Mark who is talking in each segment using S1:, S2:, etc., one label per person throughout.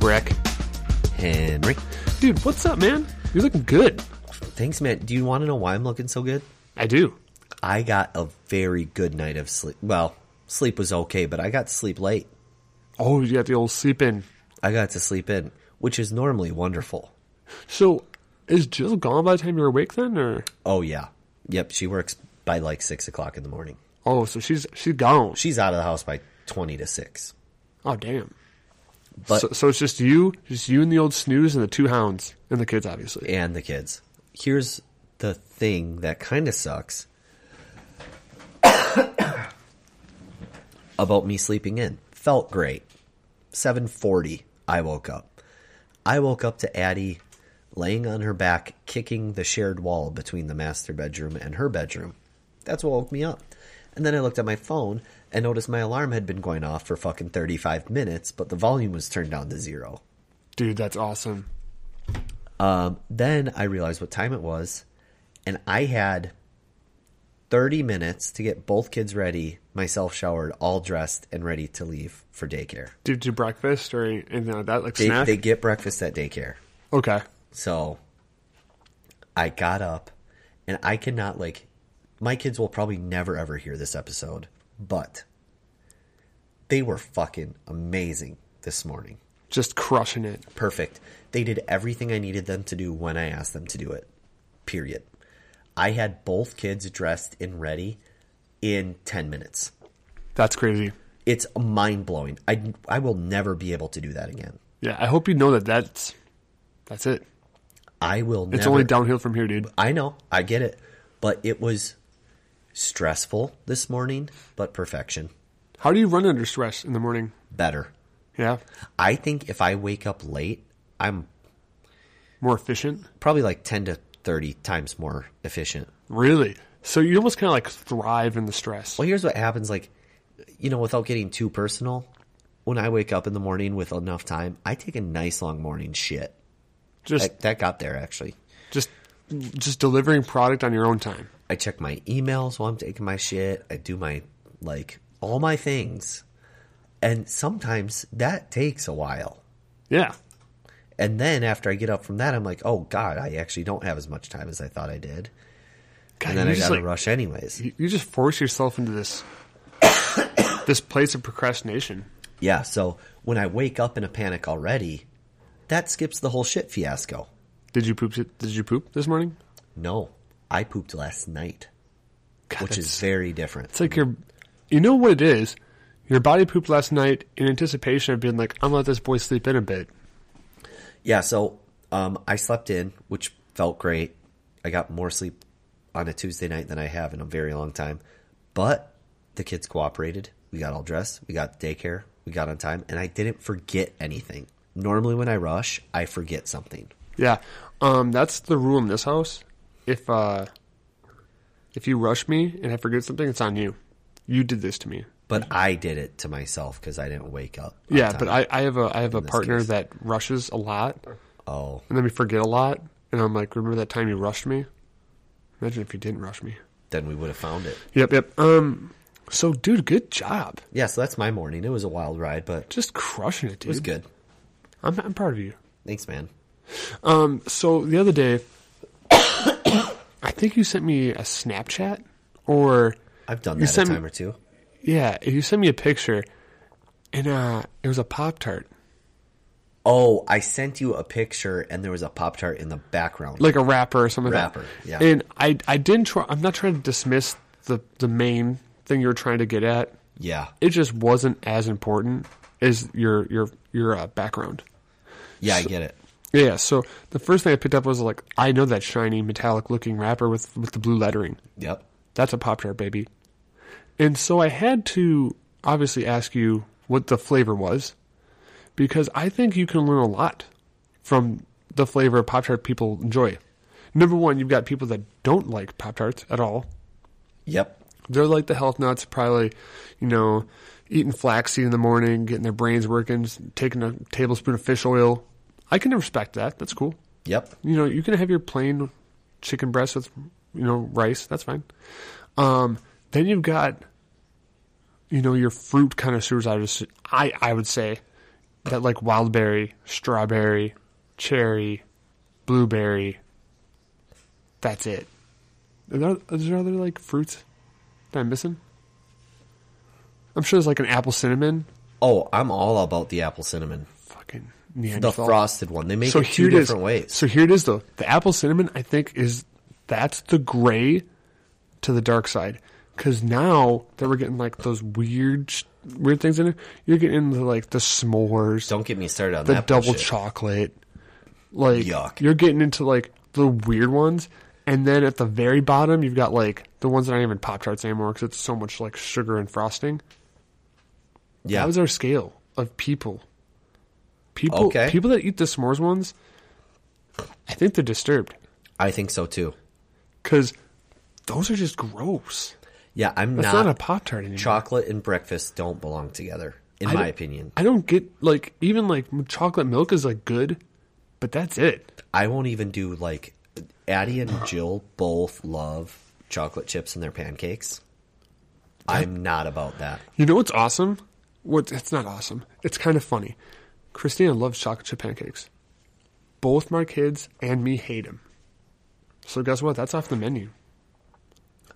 S1: Breck.
S2: Henry.
S1: Dude, what's up, man? You're looking good.
S2: Thanks, man. Do you want to know why I'm looking so good?
S1: I do.
S2: I got a very good night of sleep. Well, sleep was okay, but I got to sleep late.
S1: Oh, you got the old sleep in.
S2: I got to sleep in, which is normally wonderful.
S1: So, is Jill gone by the time you're awake then, or?
S2: Oh, yeah. Yep, she works by like 6 o'clock in the morning.
S1: Oh, so she's she's gone.
S2: She's out of the house by 20 to 6.
S1: Oh, damn.
S2: But-
S1: so, so it's just you, just you and the old snooze and the two hounds and the kids, obviously.
S2: and the kids. Here's the thing that kind of sucks about me sleeping in. Felt great. 7:40 I woke up. I woke up to Addie laying on her back kicking the shared wall between the master bedroom and her bedroom. That's what woke me up. And then I looked at my phone and noticed my alarm had been going off for fucking 35 minutes, but the volume was turned down to 0.
S1: Dude, that's awesome.
S2: then I realized what time it was, and I had 30 minutes to get both kids ready, myself showered, all dressed, and ready to leave for daycare.
S1: Did you do breakfast or anything like that, like
S2: They,
S1: snack?
S2: they get breakfast at daycare.
S1: okay.
S2: So I got up, and I cannot, like, my kids will probably never ever hear this episode, but they were fucking amazing this morning.
S1: Just crushing it.
S2: perfect. They did everything I needed them to do when I asked them to do it. Period. I had both kids dressed and ready in 10 minutes.
S1: That's crazy.
S2: It's mind blowing. I, I will never be able to do that again.
S1: Yeah, I hope you know that that's that's it.
S2: I will never.
S1: It's only downhill from here, dude.
S2: I know. I get it. But it was stressful this morning, but perfection.
S1: How do you run under stress in the morning?
S2: Better.
S1: Yeah,
S2: I think if I wake up late, I'm
S1: more efficient.
S2: probably like 10 to 30 times more efficient.
S1: Really? So you almost kind of like thrive in the stress.
S2: Well, here's what happens like, you know, without getting too personal, when I wake up in the morning with enough time, I take a nice long morning shit.
S1: Just
S2: That, that got there actually.
S1: just just delivering product on your own time.
S2: I check my emails while I'm taking my shit. I do my, like, all my things. And sometimes that takes a while.
S1: Yeah.
S2: And then after I get up from that, I'm like, oh God, I actually don't have as much time as I thought I did.
S1: God,
S2: And then
S1: you
S2: I
S1: just,
S2: gotta
S1: like,
S2: rush anyways.
S1: you- you just force yourself into this this place of procrastination.
S2: Yeah, so when I wake up in a panic already, that skips the whole shit fiasco.
S1: Did you poop? Did you poop this morning?
S2: No, I pooped last night,
S1: God,
S2: which
S1: that's-
S2: is very different.
S1: it's like your, you know what it is. Your body pooped last night in anticipation of being like, I'm gonna let this boy sleep in a bit.
S2: Yeah, so um, I slept in, which felt great. I got more sleep on a Tuesday night than I have in a very long time. But the kids cooperated. We got all dressed. We got daycare. We got on time, and I didn't forget anything. Normally, when I rush, I forget something.
S1: Yeah, um, that's the rule in this house. If uh, if you rush me and I forget something, it's on you. You did this to me.
S2: But I did it to myself because I didn't wake up. on
S1: Yeah,
S2: time.
S1: but I, I have a I have a
S2: this
S1: partner
S2: case.
S1: that rushes a lot,
S2: oh
S1: and then we forget a lot, and I'm like, remember that time you rushed me? Imagine if you didn't rush me.
S2: then we would have found it.
S1: Yep, yep. Um, so dude, good job.
S2: Yeah, so that's my morning. It was a wild ride, but it
S1: Just crushing it, dude.
S2: was good.
S1: I'm I'm proud of you. Um,
S2: Thanks, man.
S1: So the other day, I think you sent me a Snapchat, or
S2: I've done
S1: You
S2: that a
S1: sent me-
S2: time or two.
S1: yeah, you sent me a picture, and uh, it was a Pop Tart,
S2: Oh, I sent you a picture and there was a Pop Tart in the background.
S1: like a wrapper or something.
S2: Wrapper,
S1: like that.
S2: yeah.
S1: And I I didn't try. I'm not trying to dismiss the the main thing you were trying to get at.
S2: yeah.
S1: It just wasn't as important as your your your uh, background.
S2: Yeah, I get it.
S1: Yeah, so the first thing I picked up was like I know that shiny metallic looking wrapper with with the blue lettering.
S2: Yep.
S1: That's a Pop Tart, baby. And so I had to obviously ask you what the flavor was because I think you can learn a lot from the flavor of Pop Tart people enjoy. Number one, you've got people that don't like Pop Tarts at all.
S2: Yep.
S1: They're like the health nuts, probably, you know, eating flaxseed in the morning, getting their brains working, taking a tablespoon of fish oil. I can respect that. That's cool
S2: Yep.
S1: you know, you can have your plain chicken breast with, you know, rice. That's fine. Um, then you've got, you know, your fruit connoisseurs. I just, I, I would say, that like wild berry, strawberry, cherry, blueberry. That's it. Are there, is there other like fruits that I'm missing? I'm sure there's like an apple cinnamon.
S2: Oh, I'm all about the apple cinnamon,
S1: Fucking
S2: the
S1: Neanderthal.
S2: frosted one. They make
S1: so
S2: it two
S1: here it is.
S2: different ways.
S1: So here it is though. The apple cinnamon I think is that's the gray to the dark side because now that we're getting like those weird sh- weird things in it, you're getting into like the s'mores,
S2: Don't get me started on
S1: the
S2: that.
S1: double
S2: bullshit.
S1: chocolate. Like
S2: Yuck.
S1: you're getting into like the weird ones, and then at the very bottom you've got like the ones that aren't even pop charts anymore because it's so much like sugar and frosting.
S2: yeah,
S1: That was our scale of people. People,
S2: Okay.
S1: people that eat the s'mores ones, I think they're disturbed
S2: I think so too.
S1: because those are just gross.
S2: Yeah, I'm
S1: That's
S2: not,
S1: not, a pop tart anymore.
S2: chocolate and breakfast don't belong together, in my opinion.
S1: I don't get like even like chocolate milk is like good, but that's it.
S2: I won't even do like Addie and Jill both love chocolate chips in their pancakes. I'm not about that.
S1: You know what's awesome? What it's not awesome. It's kind of funny. Christina loves chocolate chip pancakes. Both my kids and me hate them. So guess what? That's off the menu.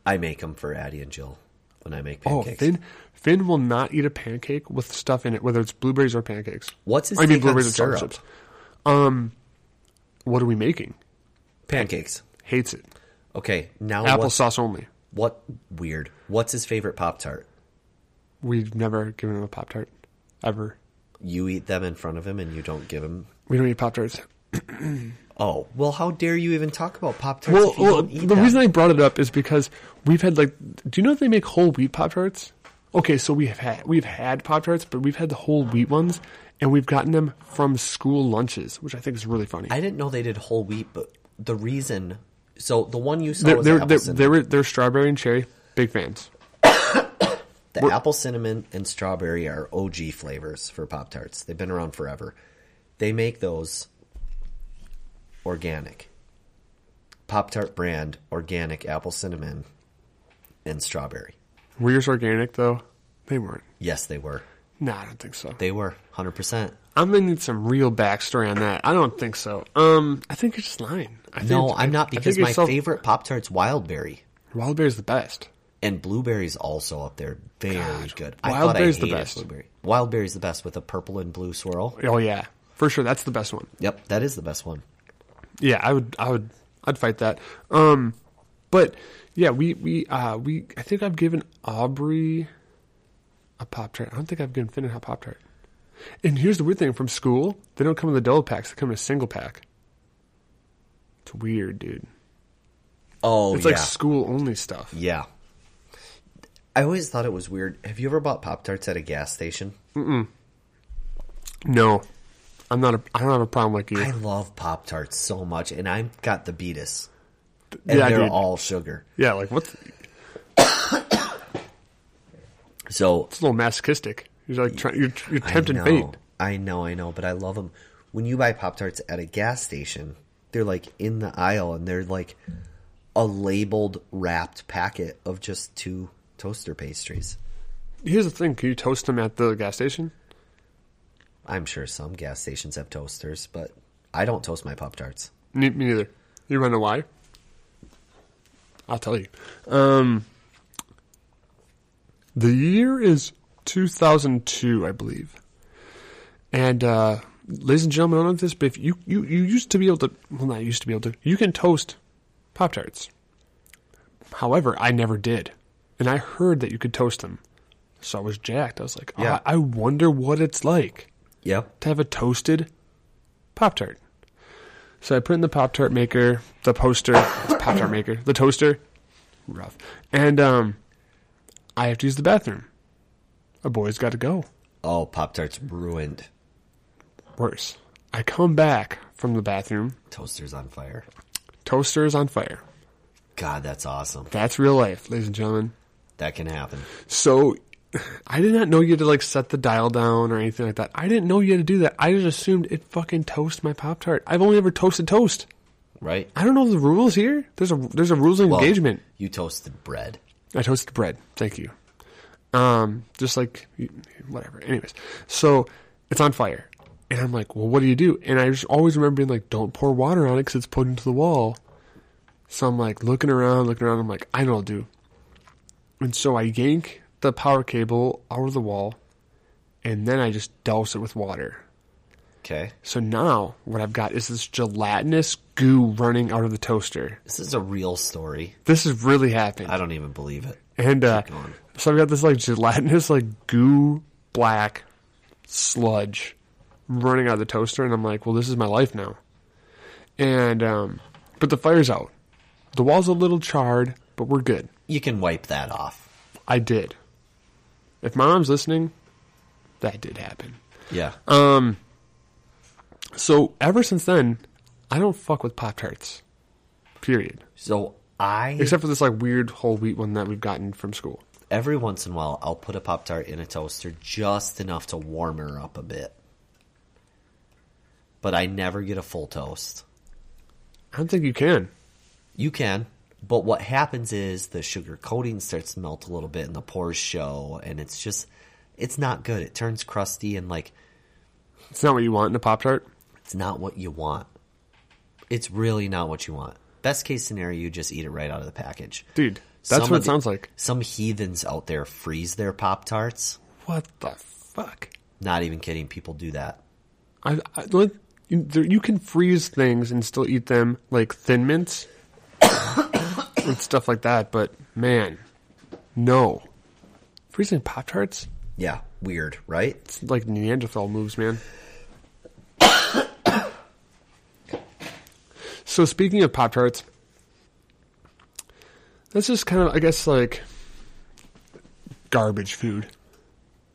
S2: I make them for Addie and Jill when I make
S1: Oh,
S2: pancakes.
S1: Finn, Finn will not eat a pancake with stuff in it, whether it's blueberries or pancakes.
S2: What's his
S1: I mean,
S2: take on
S1: blueberries and
S2: syrup?
S1: chocolate chips. Um, what are we making?
S2: Pancakes.
S1: Hates it.
S2: Okay, now what,
S1: Applesauce only.
S2: what? Weird. What's his favorite Pop Tart?
S1: We've never given him a Pop Tart, ever.
S2: You eat them in front of him and you don't give him.
S1: We don't eat Pop Tarts.
S2: Oh well, how dare you even talk about Pop Tarts?
S1: Well,
S2: if you
S1: well
S2: don't eat
S1: the
S2: them?
S1: reason I brought it up is because we've had like, do you know if they make whole wheat Pop Tarts? Okay, so we've had we've had Pop Tarts, but we've had the whole wheat ones, and we've gotten them from school lunches, which I think is really funny.
S2: I didn't know they did whole wheat, but the reason. So the one you saw
S1: they're,
S2: was
S1: they're,
S2: apple
S1: they're,
S2: cinnamon.
S1: they're, they're strawberry and cherry. Big fans.
S2: The apple cinnamon and strawberry are OG flavors for Pop Tarts. They've been around forever. They make those organic. Pop Tart brand organic apple cinnamon and strawberry.
S1: Were yours organic though? They weren't.
S2: Yes, they were.
S1: Nah, I don't think so.
S2: They were 100%.
S1: I'm gonna need some real backstory on that. I don't think so. Um, I think you're just lying. I think
S2: No,
S1: it's-
S2: I'm not
S1: I think
S2: because my
S1: it's self-
S2: favorite Pop Tart's wild berry
S1: wild berry's the best.
S2: and blueberry's also up there. Very good. I
S1: wild
S2: thought I
S1: berry's
S2: hated
S1: the best.
S2: blueberry. Wild berry's the best with a purple and blue swirl.
S1: Oh yeah, for sure. That's the best one.
S2: Yep, that is the best one.
S1: Yeah, I would, I would, I'd fight that. Um, but yeah, we we uh we I think I've given Aubrey a pop tart. I don't think I've given Finn a pop tart. And here's the weird thing: from school, they don't come in the double packs; they come in a single pack. It's weird, dude.
S2: Oh,
S1: It's
S2: yeah.
S1: like school only stuff.
S2: Yeah. I always thought it was weird. Have you ever bought Pop Tarts at a gas station?
S1: No, I'm not. A, I don't have a problem like you.
S2: I love Pop Tarts so much, and I've got the beatus. And
S1: yeah,
S2: they're
S1: dude.
S2: all sugar.
S1: yeah, like what's it's
S2: So
S1: a little masochistic. You're like trying. You're, you're tempting
S2: I
S1: fate.
S2: know, I know, I know, but I love them. When you buy Pop Tarts at a gas station, they're like in the aisle, and they're like a labeled wrapped packet of just two toaster pastries.
S1: Here's the thing: can you toast them at the gas station?
S2: I'm sure some gas stations have toasters, but I don't toast my Pop Tarts.
S1: Ne- Me neither. You want to know why? I'll tell you. Um, the year is 2002, I believe. And, uh, ladies and gentlemen, I don't know this, but if you, you, you used to be able to, well, not used to be able to, you can toast Pop Tarts. However, I never did. And I heard that you could toast them. So I was jacked. I was like,
S2: Yeah.
S1: "Ah, I wonder what it's like
S2: Yep.
S1: to have a toasted Pop Tart. So I put in the Pop Tart maker, the poster, Pop Tart maker, the toaster. Rough. And um, I have to use the bathroom. A boy's got to go.
S2: Oh, Pop Tarts ruined.
S1: Worse. I come back from the bathroom.
S2: Toaster's on fire.
S1: Toaster is on fire.
S2: God, that's awesome.
S1: That's real life, ladies and gentlemen.
S2: That can happen.
S1: So I did not know you had to like set the dial down or anything like that. I didn't know you had to do that. I just assumed it fucking toast my Pop Tart. I've only ever toasted toast.
S2: Right?
S1: I don't know the rules here. There's a there's a rules of
S2: Well,
S1: engagement.
S2: You toasted bread.
S1: I toasted bread. Thank you. Um, just like whatever. Anyways, so it's on fire. And I'm like, well, what do you do? And I just always remember being like, don't pour water on it because it's put into the wall. So I'm like looking around, looking around. I'm like, I know what I'll do. And so I yank the power cable out of the wall, and then I just douse it with water.
S2: Okay.
S1: So now what I've got is this gelatinous goo running out of the toaster.
S2: This is a real story.
S1: This has really happened.
S2: I don't even believe it.
S1: And uh,
S2: going.
S1: so I've got this like gelatinous, like goo black sludge running out of the toaster, and I'm like, well, this is my life now. And um, but the fire's out. The wall's a little charred, but we're good.
S2: You can wipe that off.
S1: I did. If my mom's listening, that did happen.
S2: Yeah.
S1: So ever since then, I don't fuck with Pop Tarts. Period.
S2: so I
S1: Except for this like weird whole wheat one that we've gotten from school.
S2: every once in a while I'll put a pop tart in a toaster just enough to warm her up a bit. But I never get a full toast.
S1: I don't think you can.
S2: You can, but what happens is the sugar coating starts to melt a little bit and the pores show and it's just it's not good. It turns crusty and like
S1: It's not what you want in a Pop Tart.
S2: it's not what you want. It's really not what you want. Best case scenario, you just eat it right out of the package.
S1: Dude, that's
S2: Some
S1: what
S2: of
S1: it
S2: the-
S1: sounds like.
S2: Some heathens out there freeze their Pop Tarts.
S1: What the fuck?
S2: Not even kidding, people do that.
S1: I, I like, you, there, you can freeze things and still eat them, like Thin Mints and stuff like that. But man, no, freezing Pop Tarts
S2: Yeah, weird, right?
S1: it's like Neanderthal moves, man. so speaking of Pop Tarts, that's just kind of, I guess, like garbage food.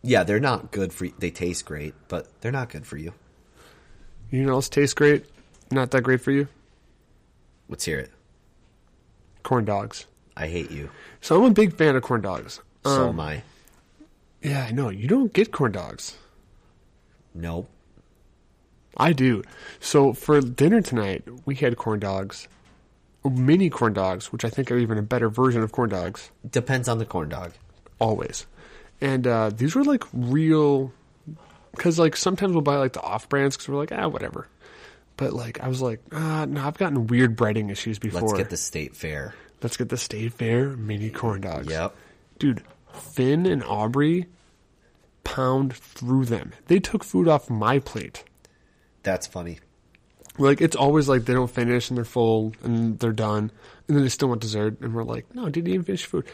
S2: Yeah, they're not good for you. They taste great, but they're not good for you.
S1: You know, what else tastes great. Not that great for you.
S2: Let's hear it.
S1: Corn dogs.
S2: I hate you.
S1: So I'm a big fan of corn dogs. Uh,
S2: so am I.
S1: Yeah, I know. You don't get corn dogs.
S2: Nope.
S1: I do. So for dinner tonight, we had corn dogs, mini corn dogs, which I think are even a better version of corn dogs,
S2: Depends on the corn dog.
S1: always. And uh, these were like real, because like sometimes we'll buy like the off brands because we're like, ah, whatever. But like, I was like, ah, no, I've gotten weird breading issues before.
S2: Let's get the state fair.
S1: Let's get the State Fair mini corn dogs.
S2: Yep.
S1: Dude, Finn and Aubrey pound through them. They took food off my plate.
S2: That's funny.
S1: Like it's always like they don't finish and they're full and they're done and then they still want dessert and we're like, no, didn't even finish food.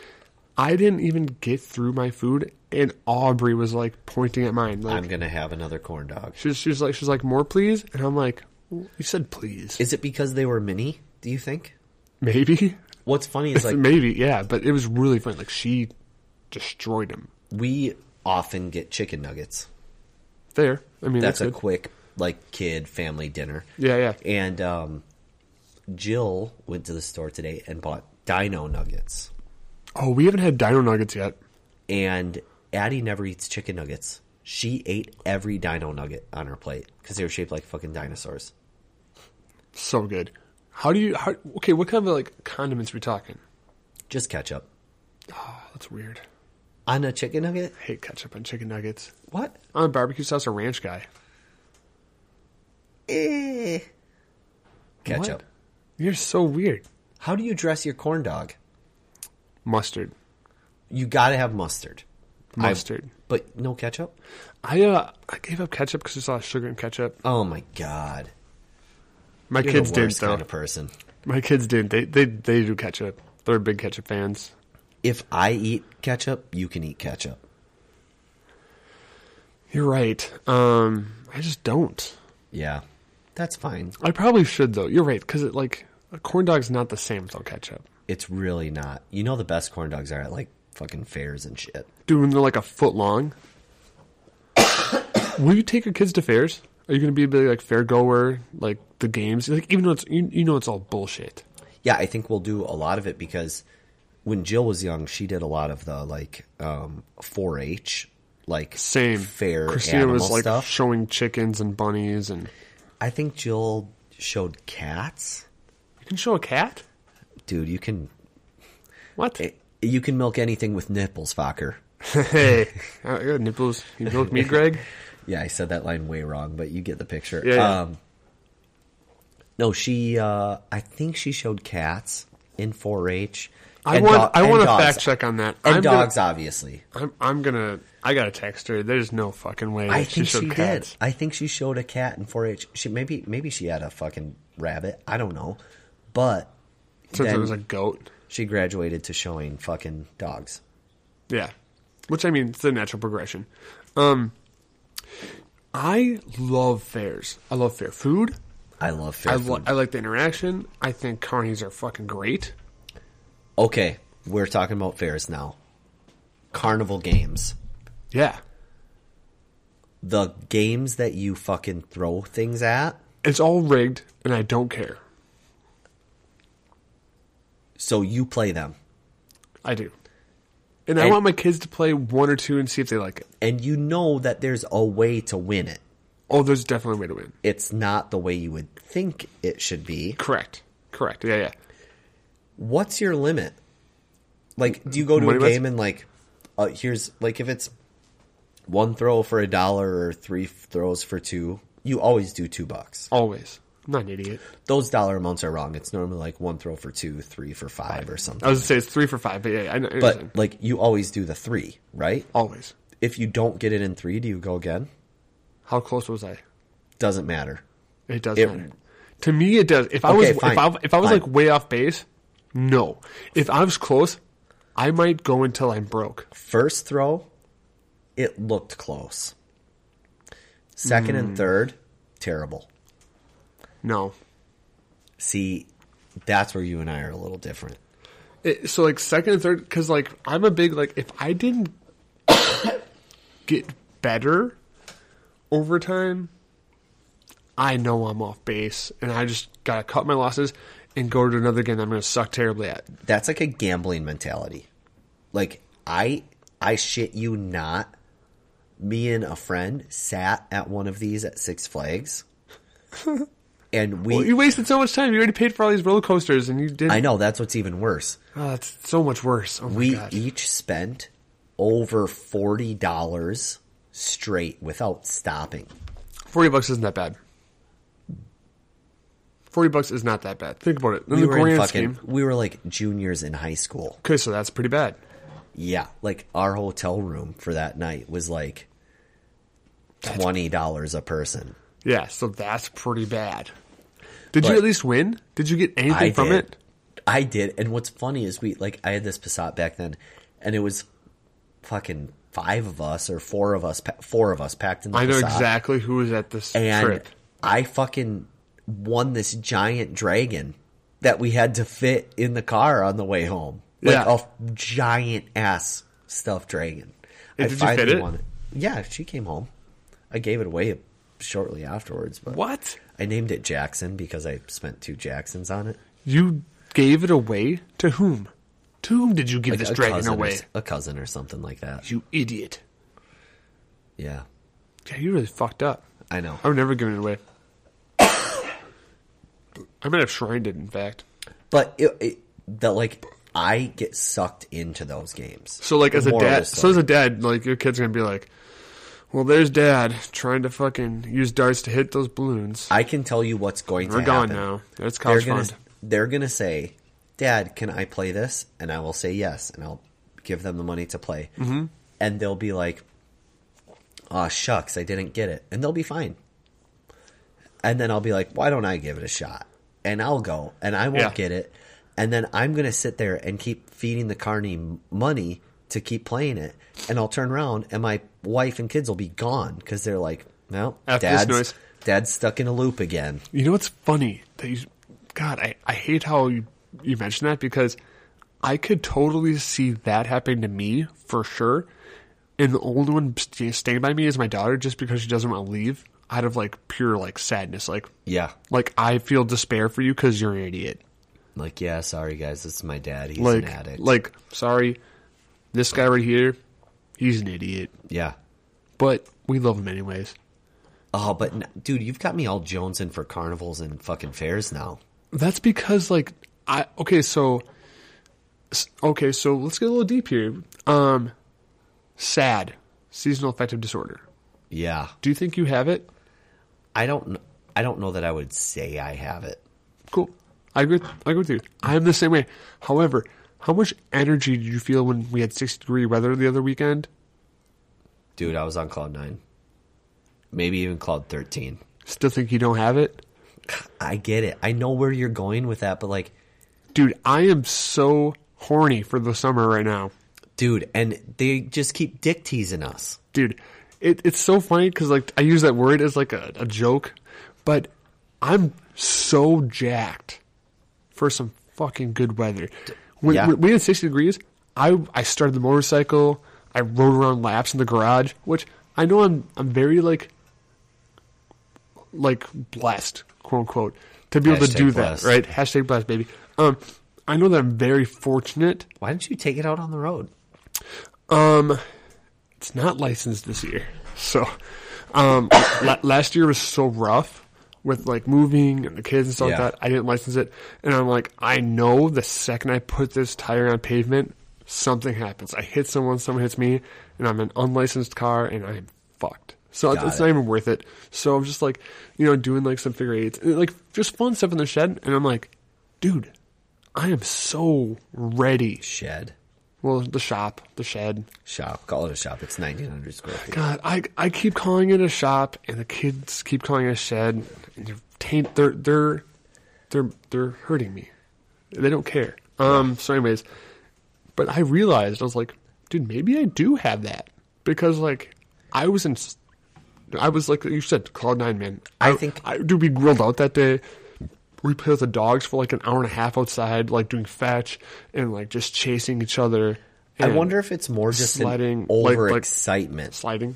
S1: I didn't even get through my food and Aubrey was like pointing at mine. Like
S2: I'm gonna have another corn dog.
S1: she's she's like she's like more please and I'm like, well, you said please.
S2: Is it because they were mini? Do you think?
S1: Maybe,
S2: What's funny is like
S1: maybe yeah, but it was really funny. Like she destroyed him
S2: we often get chicken nuggets.
S1: there. I mean
S2: That's
S1: that's,
S2: a
S1: good.
S2: quick like kid family dinner.
S1: yeah yeah.
S2: And um, Jill went to the store today and bought Dino nuggets.
S1: Oh, we haven't had Dino Nuggets yet.
S2: And Addie never eats chicken nuggets. She ate every Dino nugget on her plate because they were shaped like fucking dinosaurs.
S1: So good. How do you? How, okay, what kind of like condiments we talking?
S2: Just ketchup
S1: Oh, that's weird.
S2: on a chicken nugget.
S1: I hate ketchup on chicken nuggets.
S2: What?
S1: I'm a barbecue sauce or ranch guy.
S2: Eh. Ketchup.
S1: What? You're so weird.
S2: How do you dress your corn dog?
S1: Mustard,
S2: You gotta have mustard. I-
S1: mustard.
S2: but no ketchup?
S1: I uh, I gave up ketchup because I saw sugar in ketchup.
S2: Oh my god.
S1: My
S2: You're
S1: kids
S2: the
S1: didn't
S2: worst
S1: though.
S2: kind of person.
S1: My kids didn't. They they they do ketchup. They're big ketchup fans.
S2: If I eat ketchup, you can eat ketchup.
S1: You're right. Um, I just don't.
S2: Yeah. That's fine.
S1: I probably should though. You're right because it like a corn dog's not the same without ketchup.
S2: It's really not. You know the best corn dogs are at like fucking fairs and shit.
S1: Dude, when they're like a foot long. Will you take your kids to fairs? Are you going to be a big, like fair goer, like the games? Like even though it's you, you know it's all bullshit.
S2: Yeah, I think we'll do a lot of it because when Jill was young, she did a lot of the like um 4-H like
S1: Same
S2: fair
S1: Christina
S2: animal
S1: was like
S2: stuff.
S1: showing chickens and bunnies, and
S2: I think Jill showed cats.
S1: you can show a cat.
S2: Dude, you can
S1: What?
S2: you can milk anything with nipples, Fokker.
S1: Oh, Hey, I got nipples. You milk me, Greg?
S2: Yeah, I said that line way wrong, but you get the picture.
S1: Yeah, yeah.
S2: Um, no, she. Uh, I think she showed cats in 4-H.
S1: I
S2: and
S1: want
S2: do-
S1: I
S2: and
S1: want to
S2: dogs.
S1: fact check on that.
S2: And
S1: I'm
S2: dogs, obviously.
S1: Gonna, I'm I'm gonna I gotta text her. There's no fucking way.
S2: I
S1: that
S2: think
S1: showed
S2: she
S1: cats.
S2: did. I think she showed a cat in 4-H. She maybe maybe she had a fucking rabbit. I don't know, but
S1: Since it
S2: Then-
S1: was a goat.
S2: she graduated to showing fucking dogs.
S1: Yeah. Which I mean, it's the natural progression. Um, I love fairs. I love fair food.
S2: I love fair
S1: I,
S2: food.
S1: lo- I like the interaction. I think carnies are fucking great.
S2: okay, we're talking about fairs now. Carnival games.
S1: Yeah.
S2: The games that you fucking throw things at.
S1: It's all rigged, and I don't care.
S2: So you play them.
S1: I do. And I
S2: And-
S1: want my kids to play one or two and see if they like it.
S2: And you know that there's a way to win it.
S1: Oh, there's definitely a way to win.
S2: It's not the way you would think it should be.
S1: Correct. Correct. Yeah, yeah.
S2: What's your limit? Like, do you go to
S1: Money
S2: a
S1: limits?
S2: game and like, uh, here's like if it's one throw for a dollar or three throws for two, you always do two bucks.
S1: Always. I'm not an idiot.
S2: those dollar amounts are wrong. It's normally like one throw for two, three for five, or something.
S1: I was going to say it's three for five, but yeah, yeah I know. I understand.
S2: But like you always do the three, right?
S1: Always.
S2: If you don't get it in three, do you go again?
S1: How close was I?
S2: Doesn't matter.
S1: It does
S2: It-
S1: matter. To me, it does. If I
S2: Okay,
S1: was
S2: fine,
S1: if I, if I was
S2: fine.
S1: like way off base, no. If I was close, I might go until I'm broke.
S2: First throw, it looked close. Second
S1: Hmm.
S2: and third, terrible.
S1: No.
S2: See, that's where you and I are a little different.
S1: It, so like second and third, because like I'm a big like if I didn't get better over time, I know I'm off base, and I just gotta cut my losses and go to another game that I'm gonna suck terribly at.
S2: That's like a gambling mentality. Like I I shit you not. Me and a friend sat at one of these at Six Flags. And we
S1: Well, you wasted so much time. You already paid for all these roller coasters, and you didn't.
S2: I know that's what's even worse.
S1: Oh, that's so much worse. Oh my
S2: We
S1: god.
S2: each spent over forty dollars straight without stopping.
S1: 40 bucks isn't that bad. 40 bucks is not that bad. Think about it. In
S2: We
S1: the
S2: were in
S1: grand
S2: fucking
S1: scheme.
S2: we were like juniors in high school.
S1: Okay, so that's pretty bad.
S2: Yeah, like our hotel room for that night was like twenty dollars a person.
S1: Yeah, so that's pretty bad. Did you
S2: But-
S1: at least win? Did you get anything
S2: I
S1: from
S2: did.
S1: it?
S2: I did. And what's funny is we like I had this Passat back then, and it was fucking five of us or four of us, pa- four of us packed in the
S1: I know
S2: Passat.
S1: exactly who was at this
S2: And
S1: trip.
S2: I fucking won this giant dragon that we had to fit in the car on the way home. Like
S1: Yeah.
S2: a f- giant ass stuffed dragon.
S1: And did you fit it?
S2: Yeah, she came home. I gave it away shortly afterwards, but
S1: What?
S2: I named it Jackson because I spent two Jacksons on it.
S1: You gave it away to whom? To whom did you give this
S2: a
S1: dragon
S2: cousin or
S1: away?
S2: s- a cousin or something like that.
S1: You idiot.
S2: Yeah,
S1: Yeah, you really fucked up.
S2: I know.
S1: I've never given it away. I might have shrined it, in fact.
S2: But it, it that like I get sucked into those games.
S1: So like
S2: The
S1: as a
S2: moral
S1: dad,
S2: of the
S1: so as a
S2: story.
S1: dad, like your kid's gonna be like, well, there's dad trying to fucking use darts to hit those balloons.
S2: I can tell you what's going
S1: We're
S2: to
S1: gone
S2: happen.
S1: now. That's
S2: They're
S1: college
S2: gonna
S1: fund.
S2: they're gonna say, "Dad, can I play this?" And I will say yes, and I'll give them the money to play. Mm-hmm. And they'll be like, "Ah, shucks, I didn't get it," and they'll be fine. And then I'll be like, "Why don't I give it a shot?" And I'll go, and I won't
S1: Yeah.
S2: get it. And then I'm gonna sit there and keep feeding the carny m- money to keep playing it. And I'll turn around, and my wife and kids will be gone because they're like, "No,
S1: After this
S2: dad's
S1: noise.
S2: dad's stuck in a loop again."
S1: You know what's funny? That you, God, I, I hate how you you mentioned that because I could totally see that happening to me for sure. And the only one st- staying by me is my daughter, just because she doesn't want to leave out of like pure like sadness. Like
S2: Yeah,
S1: like I feel despair for you because you're an idiot.
S2: Like, yeah, sorry guys, this is my dad. He's
S1: like
S2: an addict.
S1: like sorry this guy right here he's an idiot
S2: yeah.
S1: but we love him anyways
S2: Oh, but n- dude, you've got me all jonesing for carnivals and fucking fairs now.
S1: that's because like i okay so s- okay so let's get a little deep here um sad seasonal affective disorder
S2: Yeah.
S1: Do you think you have it?
S2: I don't kn- I don't know that I would say I have it.
S1: Cool. I agree. I agree with you. I'm the same way. However, how much energy did you feel when we had 60 degree weather the other weekend?
S2: Dude, I was on cloud 9. Maybe even cloud 13.
S1: Still think you don't have it,
S2: I get it. I know where you're going with that, but like
S1: dude? I am so horny for the summer right now,
S2: dude, and they just keep dick teasing us.
S1: dude. It, it's so funny because like I use that word as like a, a joke, but I'm so jacked for some fucking good weather. When,
S2: Yeah.
S1: when we had 60 degrees, I I started the motorcycle. I rode around laps in the garage, which I know I'm I'm very like like blessed, quote unquote, to be able to
S2: Hashtag
S1: do
S2: blessed.
S1: that, right? Hashtag blessed, baby. Um, I know that I'm very fortunate.
S2: Why don't you take it out on the road?
S1: It's not licensed this year, so um, la- last year was so rough with like moving and the kids and stuff
S2: Yeah.
S1: like that. I didn't license it, and I'm like, I know the second I put this tire on pavement, something happens. I hit someone, someone hits me, and I'm an unlicensed car, and I'm fucked. So it's,
S2: Got
S1: it's
S2: it.
S1: not even worth it. So I'm just like, you know, doing like some figure eights, and, like just fun stuff in the shed, and I'm like, dude, I am so ready.
S2: Shed.
S1: Well, the shop, the shed,
S2: Shop. Call it a shop. It's 1900 square feet.
S1: God, I I keep calling it a shop, and the kids keep calling it a shed. And they're taint, they're they're they're they're hurting me. They don't care. Um. So, anyways, but I realized I was like, dude, maybe I do have that because like I was in, s- I was like you said, cloud nine man.
S2: I think-
S1: I do be grilled out that day. We played with the dogs for like an hour and a half outside, like doing fetch and like just chasing each other.
S2: I
S1: and
S2: wonder if it's more just
S1: sliding,
S2: an
S1: like- like-
S2: over excitement.
S1: sliding.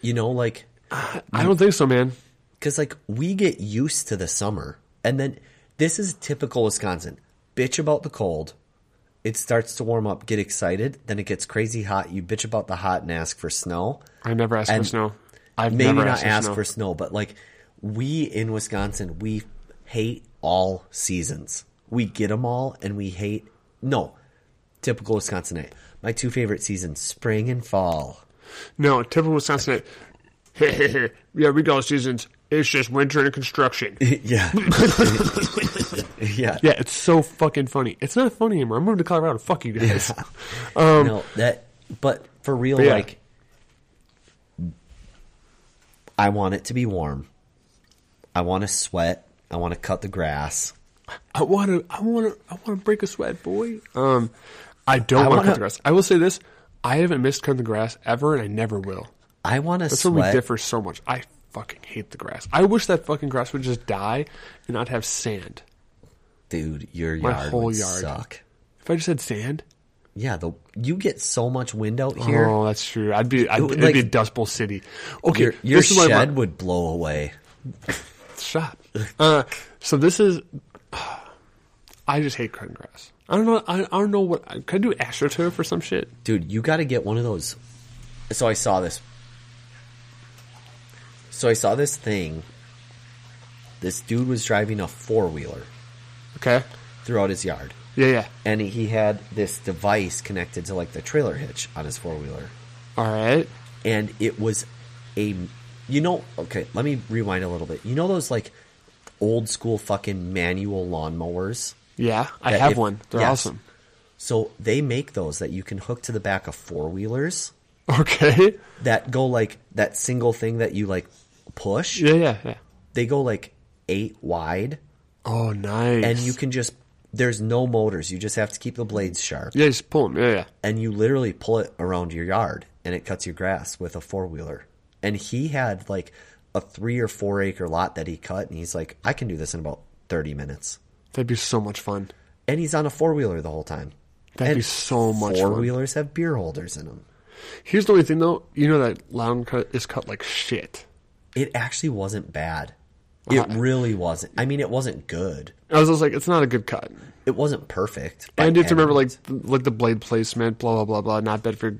S2: you know, like
S1: I don't think so, man.
S2: because like we get used to the summer, and then this is typical Wisconsin. Bitch about the cold. It starts to warm up, get excited, then it gets crazy hot. You bitch about the hot and ask for snow.
S1: I never asked for
S2: And
S1: snow. I've
S2: Maybe
S1: never
S2: not
S1: asked
S2: ask
S1: for snow.
S2: for snow, but like we in Wisconsin, we hate all seasons. We get them all, and we hate no typical Wisconsinite. My two favorite seasons: spring and fall.
S1: No, typical Wisconsin. yeah, we got seasons. It's just winter and construction.
S2: yeah. yeah.
S1: yeah, it's so fucking funny. It's not funny anymore. I'm moving to Colorado. Fuck you guys.
S2: no, that but for real
S1: Um, yeah.
S2: like I want it to be warm. I want to sweat. I want to cut the grass.
S1: I want to. I want to. I want to break a sweat, boy. Um, I don't
S2: I
S1: want to
S2: wanna-
S1: cut the grass. I will say this: I haven't missed cutting the grass ever, and I never will.
S2: I want to
S1: That's where we
S2: sweat.
S1: differ so much. I fucking hate the grass. I wish that fucking grass would just die and not have sand.
S2: Dude, your
S1: My
S2: yard
S1: whole
S2: would
S1: yard.
S2: suck.
S1: If I just had sand,
S2: Yeah, the you get so much wind out here.
S1: oh, that's true. I'd be. I'd, it
S2: would,
S1: would be a
S2: like-
S1: Dust Bowl city. Okay,
S2: your your
S1: this is why my-
S2: shed would blow away.
S1: shop. Uh, so this is. I just hate cutting grass. I don't know. I, I don't know what. I Could I do astroturf or some shit?
S2: Dude, you got to get one of those. So I saw this. So I saw this thing. This dude was driving a four wheeler
S1: Okay.
S2: throughout his yard.
S1: Yeah, yeah.
S2: And he had this device connected to like the trailer hitch on his four wheeler.
S1: All right.
S2: And it was a. You know, okay, let me rewind a little bit. You know those like old school fucking manual lawnmowers?
S1: Yeah, I
S2: that
S1: have
S2: if-
S1: one. They're
S2: yes.
S1: awesome.
S2: So they make those that you can hook to the back of four wheelers.
S1: Okay.
S2: that go like that single thing that you like push.
S1: Yeah, yeah, yeah.
S2: They go like eight wide,
S1: Oh, nice.
S2: and you can just there's no motors. You just have to keep the blades sharp,
S1: Yeah, just pull them. Yeah, yeah.
S2: and you literally pull it around your yard, and it cuts your grass with a four wheeler. And he had like a three or four acre lot that he cut, and he's like, I can do this in about thirty minutes.
S1: That'd be so much fun.
S2: And he's on a four wheeler the whole time.
S1: That'd be so much fun.
S2: Four wheelers have beer holders in them.
S1: Here's the only thing though. You know that lawn cut is cut like shit.
S2: It actually wasn't bad. It really wasn't. I mean, it wasn't good.
S1: I was just like, it's not a good cut.
S2: it wasn't perfect. by
S1: And you have to remember, like,
S2: any means.
S1: th- like the blade placement, blah blah blah blah. Not bad for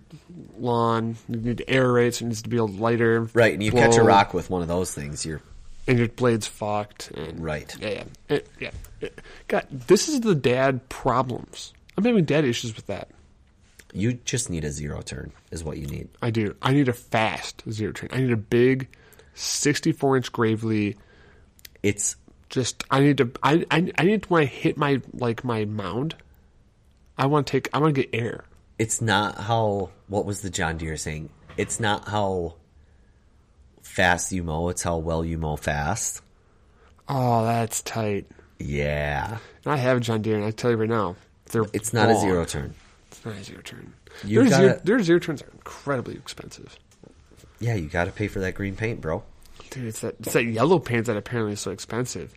S1: lawn. You need to aerate, so it needs to be a lighter.
S2: right, and you catch a
S1: blow,
S2: rock with one of those things, you're
S1: and your blade's fucked. And
S2: right.
S1: Yeah, yeah, It- yeah. It- God, this is the dad problems. I'm having dad issues with that.
S2: You just need a zero turn, is what you need.
S1: I do. I need a fast zero turn. I need a big, sixty-four inch Gravely.
S2: It's
S1: Just I need to. I, I I need when I hit my like my mound. I want to take. I want to get air.
S2: it's not how what was the John Deere saying? It's not how fast you mow, it's how well you mow fast.
S1: Oh, that's tight.
S2: Yeah.
S1: And I have a John Deere, and I tell you right now, they're
S2: It's not a
S1: long.
S2: zero turn.
S1: It's not a zero turn.
S2: You
S1: Their,
S2: gotta-
S1: zero, their zero turns are incredibly expensive.
S2: Yeah, you gotta pay for that green paint, bro.
S1: Dude, it's that it's that yellow paint that apparently is so expensive.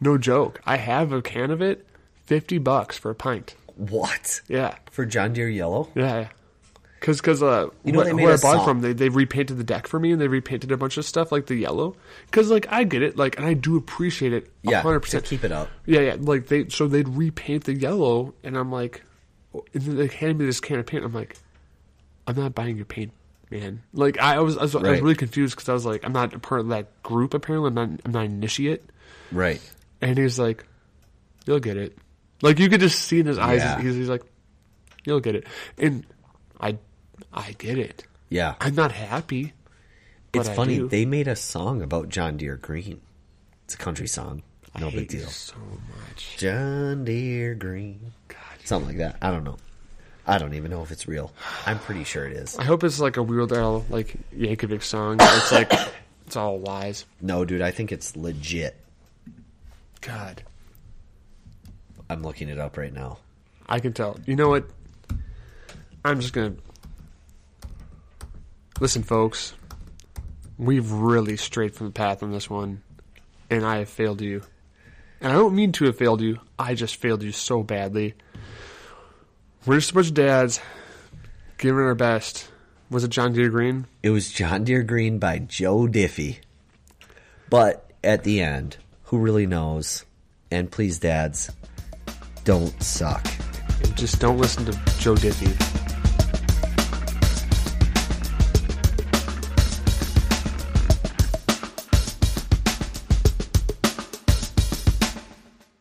S1: No joke. I have a can of it, fifty bucks for a pint.
S2: What?
S1: Yeah,
S2: For John Deere yellow?
S1: yeah. Because because uh,
S2: You know
S1: wh-
S2: they
S1: where,
S2: made
S1: I
S2: a
S1: bought it
S2: song-
S1: from, they they repainted the deck for me and they repainted a bunch of stuff like the yellow. Because like I get it, like and I do appreciate it.
S2: Yeah.
S1: hundred
S2: To
S1: percent.
S2: keep it up.
S1: Yeah, yeah. Like they so they'd repaint the yellow, and I'm like, and then they handed me this can of paint. I'm like, I'm not buying your paint, man. Like I was, I was, I was
S2: Right.
S1: really confused because I was like, I'm not a part of that group. Apparently, I'm not, I'm not initiate.
S2: Right.
S1: And he's like, you'll get it. Like you could just see in his eyes,
S2: Yeah.
S1: he's, he's like, you'll get it. And I, I get it.
S2: Yeah.
S1: I'm not happy. but
S2: It's
S1: I
S2: funny,
S1: do.
S2: they made a song about John Deere Green. It's a country song. No big
S1: Hate you
S2: deal.
S1: so much.
S2: John Deere Green. Something like that. I don't know. I don't even know if it's real. I'm pretty sure it is.
S1: I hope it's like a Weird Al like Yankovic song. It's like it's all lies.
S2: No, dude, I think it's legit.
S1: God,
S2: I'm looking it up right now.
S1: I can tell. You know what? I'm just gonna listen, folks. We've really strayed from the path on this one, and I have failed you. And I don't mean to have failed you. I just failed you so badly. We're just a bunch of dads giving it our best. Was it John Deere Green?
S2: It was John Deere Green by Joe Diffie. But at the end, who really knows? And please, dads, don't suck.
S1: Just don't listen to Joe Diffie.